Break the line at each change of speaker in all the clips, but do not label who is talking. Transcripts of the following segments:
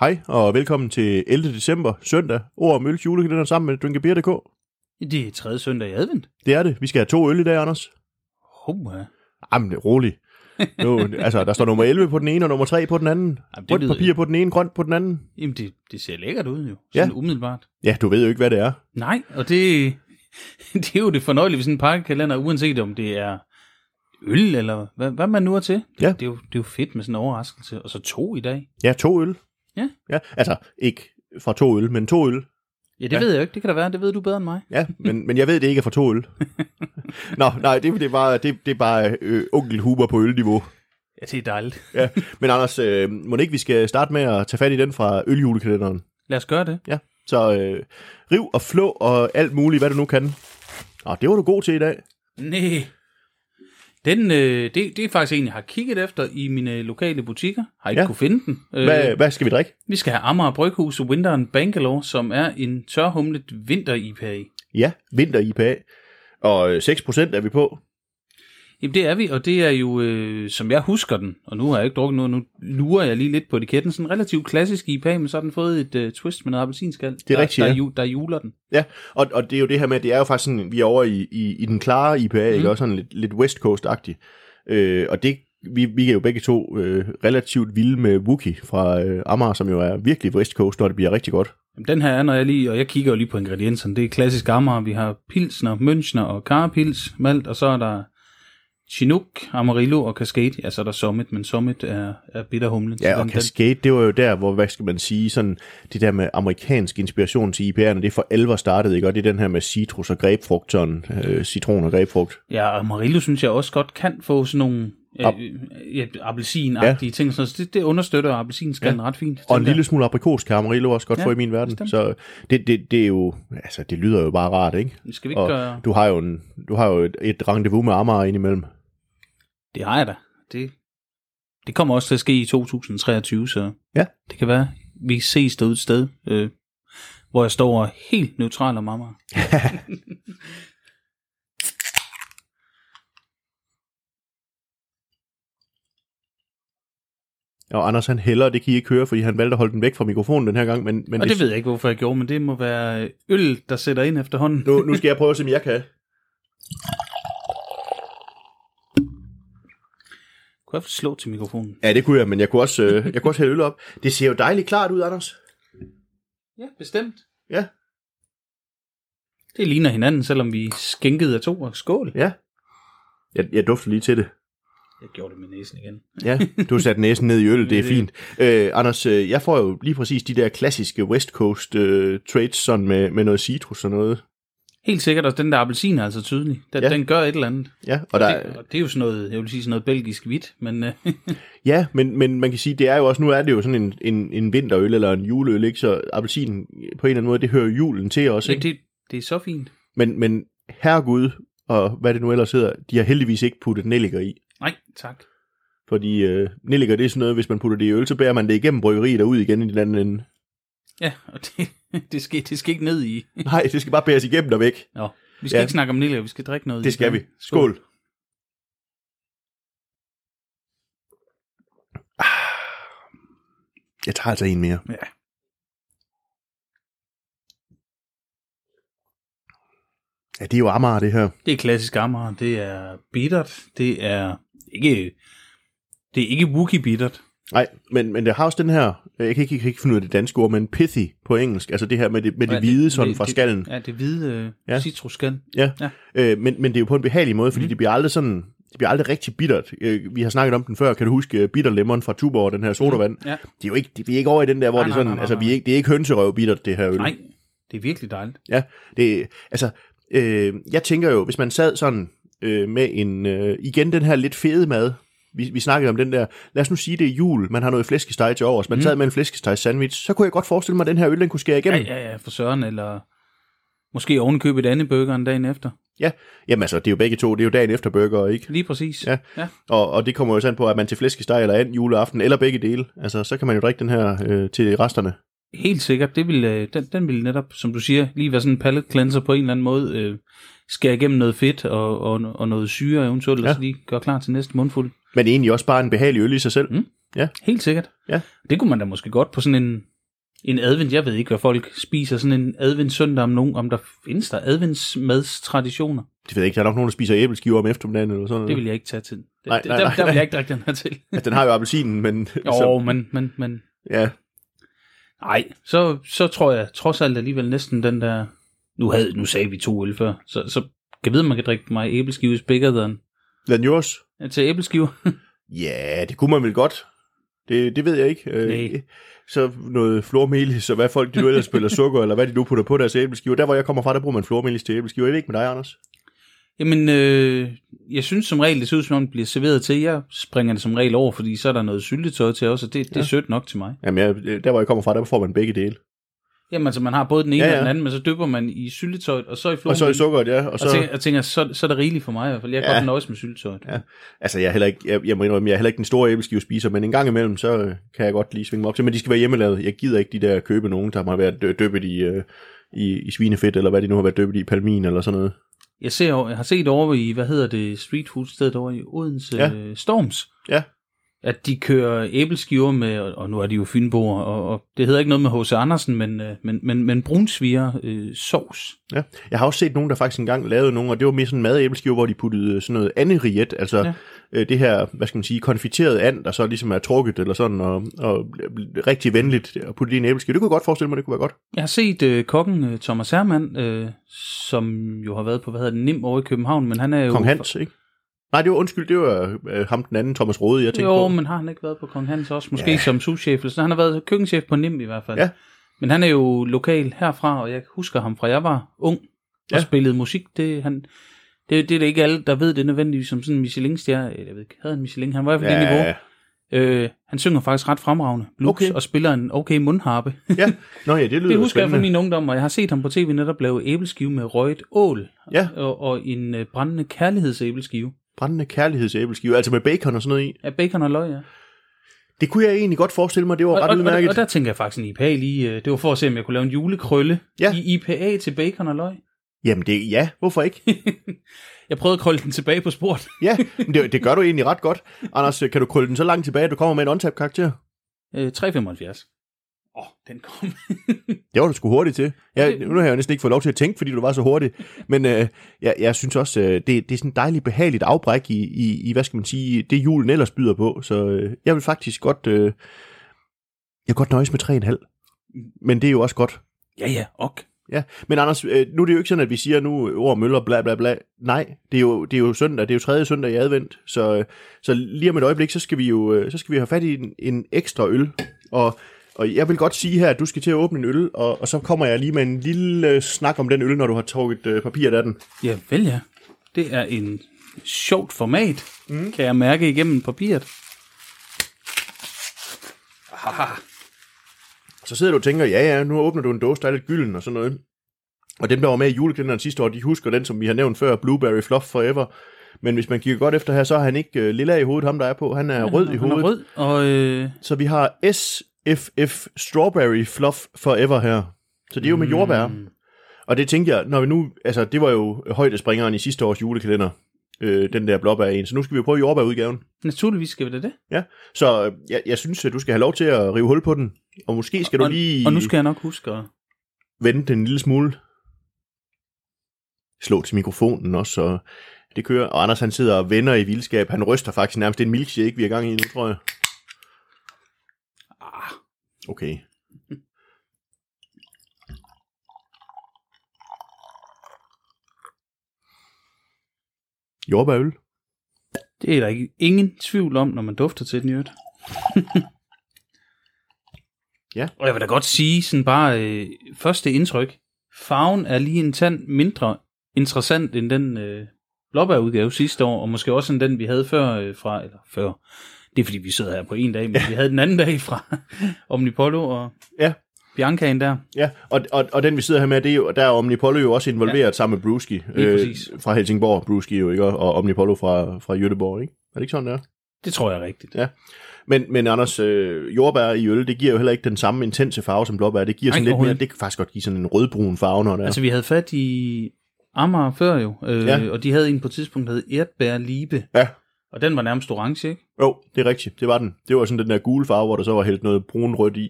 Hej og velkommen til 11. december, søndag, ord om øl julekalender sammen med drinkabeer.dk.
Det er tredje søndag i advent.
Det er det. Vi skal have to øl i dag, Anders.
Oh, ja.
Jamen, det er roligt. Nu, altså, der står nummer 11 på den ene og nummer 3 på den anden.
Jamen, det
Rødt
lyder-
papir på den ene, grønt på den anden.
Jamen, det, det ser lækkert ud jo. Sådan ja. umiddelbart.
Ja, du ved jo ikke, hvad det er.
Nej, og det, det er jo det fornøjelige ved sådan en pakkekalender, uanset om det er øl eller hvad, hvad man nu er til.
Ja.
Det, er jo, det er jo fedt med sådan en overraskelse. Og så to i dag.
Ja, to øl.
Ja.
ja. Altså, ikke fra to øl, men to øl.
Ja, det ja. ved jeg jo ikke. Det kan da være. Det ved du bedre end mig.
Ja, men, men jeg ved, det ikke er fra to øl. Nå, nej, det, det er bare, det, det er bare øh, onkel Huber på ølniveau.
Ja, det er dejligt.
Ja. Men Anders, øh, må ikke vi skal starte med at tage fat i den fra øljulekalenderen?
Lad os gøre det.
Ja, så øh, riv og flå og alt muligt, hvad du nu kan. Og det var du god til i dag.
Nej. Den, øh, det, det er faktisk en, jeg har kigget efter i mine øh, lokale butikker. Har ikke
Ja.
ja. kunne finde den.
Hvad, øh. hvad skal vi drikke?
Vi skal have Amager Bryghus Winteren Bangalore, som er en tørhumlet vinter-IPA.
Ja, vinter IPA. Og øh, 6% er vi på.
Jamen det er vi, og det er jo, øh, som jeg husker den, og nu har jeg ikke drukket noget, nu lurer jeg lige lidt på etiketten, sådan en relativt klassisk IPA, men så har den fået et øh, twist med noget appelsinskal. Det
er rigtigt,
der,
ja.
der, ju- der juler den.
Ja, og, og det er jo det her med, at det er jo faktisk sådan, vi er over i, i, i den klare IPA, mm. ikke? Også sådan lidt, lidt West Coast-agtig. Øh, og det, vi, vi er jo begge to øh, relativt vilde med Wookie fra øh, Amager, som jo er virkelig West Coast, når det bliver rigtig godt.
Jamen, den her er, når jeg lige, og jeg kigger jo lige på ingredienserne, det er klassisk Amager, vi har pilsner, münchner og karpils, malt, og så er der Chinook, Amarillo og Cascade, ja så er der Summit, men Summit er, er bitterhumlen. så
Ja, og
den, den,
Cascade, det var jo der, hvor, hvad skal man sige, sådan det der med amerikansk inspiration til IPA'erne, det er for alvor startet, ikke? Og det er den her med citrus og grapefrugt, sådan, øh, citron og grapefrugt.
Ja, og Amarillo synes jeg også godt kan få sådan nogle
Ap-
øh, ja, appelsinagtige ja. ting. Sådan, noget. så det, det understøtter appelsinskallen ja. ret fint.
Og en
Den der-
lille smule aprikos kan Amarillo også godt ja,
Ja,
få i min verden. Bestemt.
bestemt.
Så det, det, det, er jo, altså det lyder jo bare rart, ikke?
Skal vi ikke
Og
øh, gøre...
du har jo, en, du har jo et, et rendezvous med Amager indimellem.
Det har jeg da. Det, det kommer også til at ske i 2023, så
Ja.
det kan være, vi ses derude et sted, øh, hvor jeg står og er helt neutral og mamma.
Og Anders han hælder, det kan I ikke høre, fordi han valgte at holde den væk fra mikrofonen den her gang, men, men
Og det ved jeg ikke, hvorfor jeg gjorde, men det må være øh, øl, der sætter ind efterhånden.
nu, nu skal jeg prøve at se, om jeg kan.
Kunne jeg få slå til mikrofonen?
Ja, det kunne jeg, men jeg kunne også, øh, jeg kunne også hælde øl op. Det ser jo dejligt klart ud, Anders.
Ja, bestemt.
Ja,
Det ligner hinanden, selvom vi skænkede af to og skål.
Ja. Jeg, jeg dufter lige til det.
Jeg gjorde det med næsen igen.
Ja, du har sat næsen ned i øl, det er
Det-
fint. Øh, Anders, øh, jeg får jo lige præcis de der klassiske West Coast øh, traits sådan med, med noget citrus og noget.
Helt sikkert, og den der appelsin er altså tydelig. Den,
Ja.
ja. den gør et eller andet.
Ja, og der,
Det, og det er jo sådan noget, jeg vil sige sådan noget belgisk hvidt, men øh,
ja men, men man kan sige, det er jo også, nu er det jo sådan en, en, en vinterøl eller en juleøl, ikke? så appelsinen på en eller anden måde, det hører julen til også. Ikke?
det, det er så fint.
Men, men herregud, og hvad det nu ellers hedder, de har heldigvis ikke puttet nelliker i.
Nej, tak.
Fordi øh, nelliker, det er sådan noget, hvis man putter det i øl, så bærer man det igennem bryggeriet og ud igen i den anden ende.
Ja, og det, det, skal, det skal ikke ned i.
Nej, det skal bare bæres igennem og væk.
Nå, vi skal
Ja.
ja. ikke snakke om Nilla, vi skal drikke noget. Ligesom
Det skal vi. Skål. Ah. Jeg tager altså en mere.
Ja.
Ja, det er jo Amager, det her.
Det er klassisk Amager, det er bittert, det er ikke, det er ikke wookie bittert.
Nej, men, men det har også den her, jeg kan ikke, jeg kan ikke finde ud af det danske ord, men pithy på engelsk, altså det her med det, med det
Ja,
hvide sådan fra skallen.
Det, ja, det hvide
Ja.
ja. citrusskal.
Øh, men, men det er jo på en behagelig måde,
Mhm.
fordi mm. det bliver aldrig sådan, det bliver aldrig rigtig bittert. Øh, vi har snakket om den før, kan du huske øh, bitter lemon fra Tuborg, den her sodavand?
Ja.
Det er jo ikke, det, vi er ikke over i den der, hvor
Nej,
det er
nej,
sådan,
nej, nej,
altså vi er
nej.
ikke, det er ikke hønserøv bittert, det her øl.
Nej, det er virkelig dejligt.
Ja, det, altså, øh, jeg tænker jo, hvis man sad sådan øh, med en, øh, igen den her lidt fede mad, vi, vi snakkede om den der, lad os nu sige, det er jul, man har noget flæskesteg til overs, man mm. sad med en flæskesteg sandwich, så kunne jeg godt forestille mig, at den her øl, den kunne skære
Ja,
igennem. Ja, ja.
ja, ja, for søren, eller måske ovenkøbe et andet burger en dagen efter.
ja. Jamen altså, det er jo begge to, det er jo dagen efter burger, ikke?
Lige præcis.
Ja.
ja.
Og, og det kommer jo sådan på, at man til flæskesteg eller anden juleaften, eller begge dele, altså, så kan man jo drikke den her øh, til resterne.
Helt sikkert, det vil, øh, den, den vil netop, som du siger, lige være sådan en palate cleanser på en eller anden måde, øh, skære igennem noget fedt og, og, og noget syre eventuelt,
Ja.
ja. og så lige gøre klar til næste mundfuld.
Men egentlig også bare en behagelig øl i sig selv. Mm.
Helt sikkert.
Ja.
Det kunne man da måske godt på sådan en, en advent, jeg ved ikke, hvad folk spiser sådan en advent søndag om nogen, om der findes der adventsmadstraditioner.
Det ved jeg ikke, der er nok nogen, der spiser æbleskiver om eftermiddagen eller sådan noget.
Det vil jeg ikke tage til. Det,
Mm. Nej,
det-
nej,
der,
nej,
der vil
nej.
jeg ikke drikke den her til.
Altså, den har jo appelsinen, men...
Jo, men, men, men,
ja,
nej, så, så tror jeg trods alt alligevel næsten den der, nu, havde, nu sagde vi to øl før, så, så kan jeg vide, man kan drikke mig æbleskives bigger than
den yours?
til æbleskiver.
Ja, det kunne man vel godt. Det, det ved jeg ikke. Øh,
Nej.
Så noget flormelis, og hvad folk de nu ellers spiller sukker, eller hvad de nu putter på deres æbleskiver. Der, hvor jeg kommer fra, der bruger man flormelis til æbleskiver. Jeg ved ikke med dig, Anders.
Jamen, øh, jeg synes som regel, det ser ud som om, det bliver serveret til. Jeg springer det som regel over, fordi så er der noget syltetøj til også, og det, det er sødt nok til mig.
Jamen, jeg, der, hvor jeg kommer fra, der får man begge dele.
Jamen, altså, man har både den
Ja,
ene ja, ja.
ja.
og den anden, men så dypper man i syltetøjet, og så i
Og
flormelis.
så i sukkeret, ja. Og
Og, så...
så,
tænker, og tænker, så, så er det rigeligt for mig i hvert fald. Jeg kan
Ja.
godt nøjes med syltetøjet.
Ja. altså, jeg er heller ikke, jeg, jeg, må indrømme, jeg er heller ikke den store æbleskive spiser, men en gang imellem, så øh, kan jeg godt lige svinge mig op til. Men de skal være hjemmelavet. Jeg gider ikke de der købe nogen, der har været dø- døbt i, øh, i, i svinefedt, eller hvad de nu har været døbt i, palmin eller sådan noget.
Jeg, ser, over- jeg har set over i, hvad hedder det, street food stedet over i Odense
Ja.
ja. Storms,
Ja.
at de kører æbleskiver med, og og nu er de jo fynboer, og, og det hedder ikke noget med H.C. Andersen, men, øh, men, men, men brunsviger øh, sovs.
Ja. Jeg har også set nogen, der faktisk engang lavede nogle, og det var mere sådan madæbleskiver, hvor de puttede øh, sådan noget anderiet, altså
Ja.
ja. øh, det her, hvad skal man sige, konfiteret and, der så ligesom er trukket eller sådan, og, og rigtig venligt at putte det i en æbleskive. Det kunne jeg godt forestille mig, det kunne være godt.
Jeg har set øh, kokken øh, Thomas Hermann, øh, som jo har været på, hvad hedder det, NIM over i København, men han er jo...
Kong Hans, ikke? Nej, det var undskyld, det var øh, ham den anden, Thomas Rode, jeg tænkte
Jo,
på.
men har han ikke været på Kong Hans også? Måske
Ja.
ja. som souschef eller sådan. Han har været køkkenchef på NIM i hvert fald.
Ja.
Men han er jo lokal herfra, og jeg husker ham fra jeg var ung og
Ja.
spillede musik. Det, han, det, det er det ikke alle, der ved det nødvendigvis som sådan en Michelin-stjerne. Eller Jeg ved ikke, havde han Michelin? Han var i hvert fald ja. det niveau.
ja,
Øh, han synger faktisk ret fremragende blues
Okay.
og spiller en okay mundharpe.
ja. Nå ja, det lyder
Det husker jeg fra
spændende.
min ungdom, og jeg har set ham på tv netop lave æbleskive med røget ål
Ja.
og, og en øh, brændende kærlighedsæbleskive.
Brændende kærlighedsæbleskive, altså med bacon og sådan noget i.
Ja, bacon og løg, ja.
Det kunne jeg egentlig godt forestille mig, det var
Og, og,
ret
og, der-
udmærket.
og der tænker jeg faktisk en IPA lige. øh, Det var for at se, om jeg kunne lave en julekrølle
Ja.
ja. i IPA til bacon og løg.
Jamen det, ja, hvorfor ikke?
Jeg prøvede at krølle den tilbage på sporet.
Ja, men det, det gør du egentlig ret godt. Anders, øh, kan du krølle den så langt tilbage, at du kommer med en on karakter
Øh, 375. Åh, oh, den kom.
Det var du sgu hurtigt til. Jeg, nu har jeg jo næsten ikke fået lov til at tænke, fordi du var så hurtig. Men øh, jeg, jeg synes også, øh, det, det er sådan et dejligt behageligt afbræk i, i, i, hvad skal man sige, det julen ellers byder på. Så øh, jeg vil faktisk godt, øh, jeg vil godt nøjes med 3,5. Men det er jo også godt.
ja, ja, ok.
Ja, men Anders, øh, nu er det jo ikke sådan, at vi siger nu øh, ord møller, bla bla bla. Nej, det er jo, det er jo søndag, det er jo tredje søndag i advent, så, øh, så lige om et øjeblik, så skal vi jo øh, så skal vi have fat i en, en ekstra øl. Og, og jeg vil godt sige her, at du skal til at åbne en øl, og, og så kommer jeg lige med en lille øh, snak om den øl, når du har trukket øh, papiret af den.
Ja, vel ja. Det er en sjovt format, mm. kan jeg mærke igennem papiret.
Så sidder du og tænker, ja ja, nu åbner du en dåse, der er lidt gylden og sådan noget. Og dem, der var med i julekalenderen sidste år, de husker den, som vi har nævnt før, Blueberry Fluff Forever. Men hvis man kigger godt efter her, så har han ikke øh, lilla i hovedet, ham der er på. Han er rød i
Han er
hovedet.
rød, og øh,
Så vi har SFF Strawberry Fluff Forever her. Så det er jo
Mm.
med jordbær. Og det tænkte jeg, når vi nu, altså det var jo højdespringeren i sidste års julekalender, øh, den der blåbær en, så nu skal vi jo prøve jordbærudgaven.
naturligvis skal vi da det.
Ja, så øh, jeg, jeg synes, at du skal have lov til at rive hul på den, og måske skal du
og,
lige
og nu skal jeg nok huske at...
vende den en lille smule. Slå til mikrofonen også, og det kører. Og Anders han sidder og vender i vildskab, han ryster faktisk nærmest, det er en milkshake, vi er i gang i nu, tror jeg.
Ah,
Okay. Jordbærøl.
det er der ikke, ingen tvivl om, når man dufter til den i øvrigt.
Ja.
Og jeg vil da godt sige sådan bare øh, første indtryk. Farven er lige en tand mindre interessant end den øh, blåbærudgave sidste år, og måske også end den, vi havde før øh, fra, eller før. Det er fordi, vi sidder her på en dag, men vi havde den anden dag fra Omnipollo og
Ja.
Biancaen der.
Ja, og, og, og den vi sidder her med, det er jo, der er Omnipollo jo også involveret ja. sammen med Bruski.
præcis.
fra Helsingborg, Bruski jo, ikke? Og- Og Omnipollo fra, fra Göteborg, ikke? Er det ikke sådan, der?
Det tror jeg er rigtigt.
Men, men Anders, øh, jordbær i øl, det giver jo heller ikke den samme intense farve som blåbær. Det giver
Nej,
sådan lidt mere,
overhovedet
det kan faktisk godt give sådan en rødbrun farve, når det er.
Altså, vi havde fat i Amager før jo, øh,
Ja.
ja. og de havde en på et tidspunkt, der hed Ertbær Libe.
Ja.
Og den var nærmest orange, ikke?
Jo, det er rigtigt. Det var den. Det var sådan den der gule farve, hvor der så var hældt noget brun rødt i.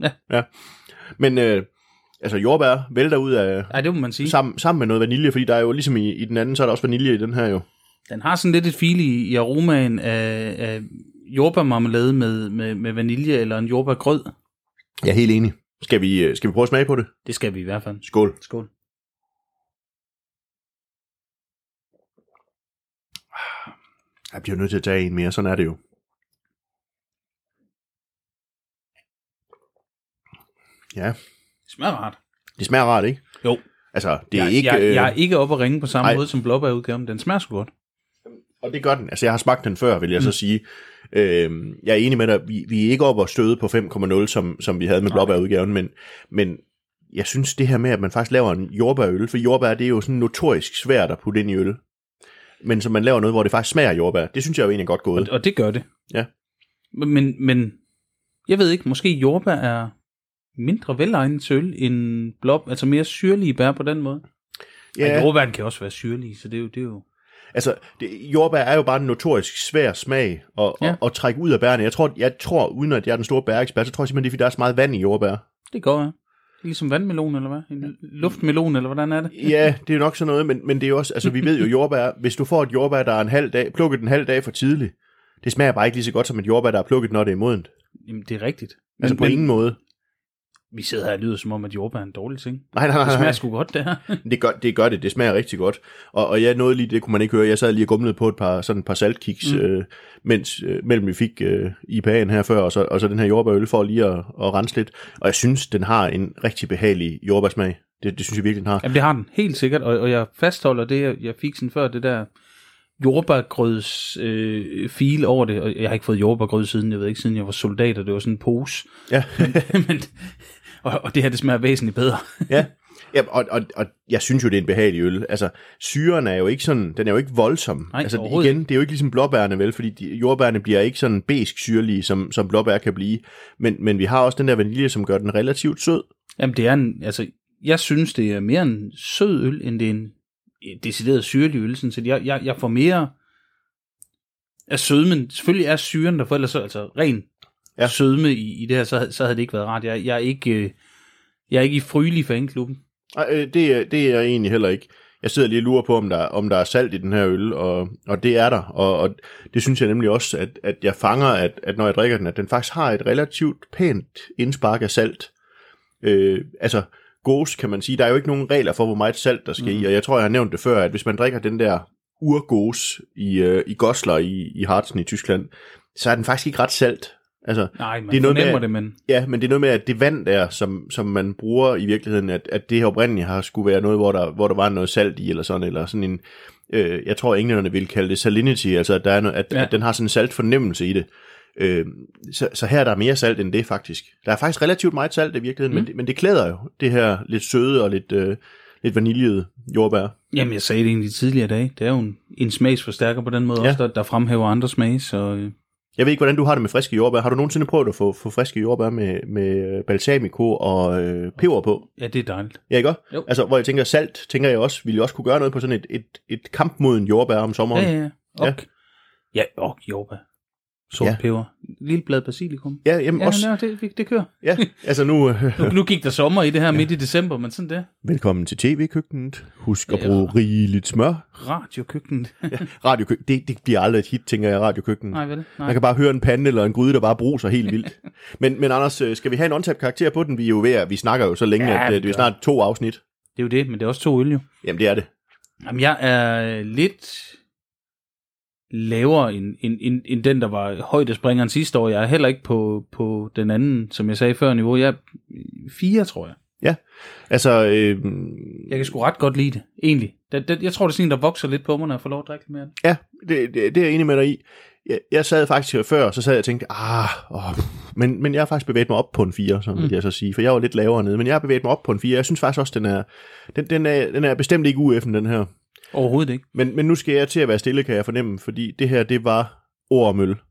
Ja.
ja. Men øh, altså jordbær vælter ud af,
Ja, det må man sige.
sammen, sammen med noget vanilje, fordi der er jo ligesom i, i den anden, så er der også vanilje i den her jo.
Den har sådan lidt et feel i, i aromaen af, af jordbærmarmelade med, med, med vanilje eller en jordbærgrød.
Jeg er helt enig. Skal vi, øh, skal vi prøve at smage på det?
Det skal vi i hvert fald.
Skål.
Skål.
Jeg bliver nødt til at tage en mere, sådan er det jo. Ja,
Det smager rart.
det smager rart, ikke?
Jo.
Altså, det er
jeg,
ikke...
jeg,
øh,
jeg er ikke oppe at ringe på samme
nej.
måde som blåbærudgaven. Den smager sgu godt.
Og det gør den. Altså, jeg har smagt den før, vil jeg mm. så sige. Øhm, jeg er enig med dig, vi, vi er ikke oppe og støde på 5,0, som, som vi havde med blåbærudgaven, men, men jeg synes det her med, at man faktisk laver en jordbærøl, for jordbær det er jo sådan notorisk svært at putte ind i øl, men så man laver noget, hvor det faktisk smager af jordbær, det synes jeg jo egentlig er godt gået.
Og, og det gør det.
Ja.
Men, men, men jeg ved ikke, måske jordbær er mindre velegnet til øl end blob, altså mere syrlige bær på den måde. Ja. Og
Ja,
jordbær kan også være syrlige, så det er jo... Det er jo
altså, det, jordbær er jo bare en notorisk svær smag at,
Ja.
ja. at, at trække ud af bærene. Jeg tror, jeg tror, uden at jeg er den store bærekspert, så tror jeg simpelthen, det er, fordi der er så meget vand i jordbær.
det går, ja. Ligesom vandmelon, eller hvad? En luftmelon, eller hvordan er det?
Ja, det er jo nok sådan noget, men, men det er jo også, altså vi ved jo jordbær, hvis du får et jordbær, der er en halv dag, plukket en halv dag for tidligt, det smager bare ikke lige så godt som et jordbær, der er plukket, når det er modent.
Jamen, det er rigtigt. Men,
Altså men, på
men
ingen måde.
vi sidder her og lyder som om, at jordbær er en dårlig ting.
Nej, nej,
Det
nej,
smager
nej.
sgu godt, det her.
Det, gør, det gør det, det smager rigtig godt. Og, og jeg nåede lige, det kunne man ikke høre, jeg sad lige og gumlede på et par, sådan et par saltkiks,
Mm.
mm. øh, mens, øh, mellem vi fik øh, IPA'en her før, og så, og så den her jordbærøl for lige at, at rense lidt. Og jeg synes, den har en rigtig behagelig jordbærsmag. Det, det synes jeg virkelig, den har.
Jamen, det har den, helt sikkert. Og, og jeg fastholder det, jeg, jeg fik sådan før, det der jordbærgrøds øh, fil over det. Og jeg har ikke fået jordbærgrød siden, jeg ved ikke, siden jeg var soldat, og det var sådan en pose.
Ja.
Men, og, og det her, det smager væsentligt bedre.
Ja, ja og, og, og jeg synes jo, det er en behagelig øl. Altså, syren er jo ikke sådan, den er jo ikke voldsom.
Nej,
altså,
overhovedet
igen, det er jo ikke ligesom blåbærne, vel? Fordi de, jordbærne bliver ikke sådan besk syrlige, som, som blåbær kan blive. Men, men vi har også den der vanilje, som gør den relativt sød.
Jamen, det er en, altså, jeg synes, det er mere en sød øl, end det er en en decideret syrlig øl. Sådan set. Jeg, jeg, jeg får mere af sødmen. Selvfølgelig er syren der, for ellers så, altså ren ja.
Ja.
sødme i, i det her, så, havde- så havde det ikke været rart. Jeg, jeg er ikke... øh, Jeg er ikke i frygelig fanklubben.
Og, øh, det, er- det er jeg egentlig heller ikke. Jeg sidder lige og lurer på, om der, om der er salt i den her øl, og, og det er der. Og, og det synes jeg nemlig også, at, at jeg fanger, at, at når jeg drikker den, at den faktisk har et relativt pænt indspark af salt. Øh, altså, goes kan man sige, der er jo ikke nogen regler for, hvor meget salt der skal mm. i, og jeg tror, jeg har nævnt det før, at hvis man drikker den der urgos i, øh, i Goslar i, i Harzen i Tyskland, så er den faktisk ikke ret salt. Altså,
Nej, man
Det
det
er
er
noget med,
fornemmer
at-
det, men
Ja, men det er noget med, at det vand der, som, som man bruger i virkeligheden, at, at det her oprindeligt har skulle være noget, hvor der, hvor der var noget salt i, eller sådan, eller sådan en, øh, jeg tror englænderne ville kalde det salinity, altså at, der er noget, at,
Ja.
ja. at den har sådan en salt fornemmelse i det. Øh, så, så her er der mere salt end det faktisk. Der er faktisk relativt meget salt i virkeligheden, mm. men, det- men det klæder jo det her lidt søde og lidt, øh, lidt vaniljede jordbær.
jamen, jeg sagde det egentlig tidligere i dag. Det er jo en, en smagsforstærker på den måde ja.
Ja.
også, der, der fremhæver andre smage. Så, øh,
Jeg ved ikke, hvordan du har det med friske jordbær. Har du nogensinde prøvet at få, få friske jordbær med, med balsamico og øh, peber på?
ja, det er dejligt.
Ja, ikke også?
Jo.
Altså, hvor jeg tænker, salt, tænker jeg også, ville jo også kunne gøre noget på sådan et, et, et kamp mod en jordbær om sommeren.
Ja, ja, ja. Og,
Ja.
ja. ja, og jordbær. Sort ja.
Ja.
peber. Lille blad basilikum.
ja jamen
Ja,
også,
nej, det, det- det kører.
ja. altså nu, øh,
Nu, nu gik der sommer i det her midt i december, men sådan det.
velkommen til tv-køkkenet. Husk at
Ja.
bruge rigeligt smør.
Radiokøkkenet.
Radiokøkken, det, det bliver aldrig et hit, tænker jeg, radiokøkkenet.
nej, vel? Nej.
Man kan bare høre en pande eller en gryde, der bare bruser helt vildt. men, men Anders, øh, skal vi have en untabt karakter på den? Vi er jo ved at, vi snakker jo så længe,
Ja,
ja, at
vi
øh, det er
gør.
snart to afsnit.
Det er jo det, men det er også to øl jo.
Jamen, det er det.
Jamen, jeg er øh, lidt lavere end, end, end, end den, der var højdespringeren sidste år. Jeg er heller ikke på, på den anden, som jeg sagde før, niveau. Jeg er fire, tror jeg.
Altså, øh,
Jeg kan sgu ret godt lide det, egentlig. Den, den, jeg tror, det er sådan en, der vokser lidt på mig, når jeg får lov at drikke lidt mere af det.
Ja, det, det, det er jeg enig med dig i. Jeg, jeg sad faktisk her før, og så sad jeg og tænkte, ah, åh, pff." men, men jeg har faktisk bevæget mig op på en 4, som mm. vil jeg så sige, for jeg var lidt lavere nede, men jeg har bevæget mig op på en 4. Jeg synes faktisk også, den er, den, den er, den er bestemt ikke UF'en, den her.
Overhovedet ikke.
Men, men nu skal jeg til at være stille, kan jeg fornemme, fordi det her, det var ord om øl.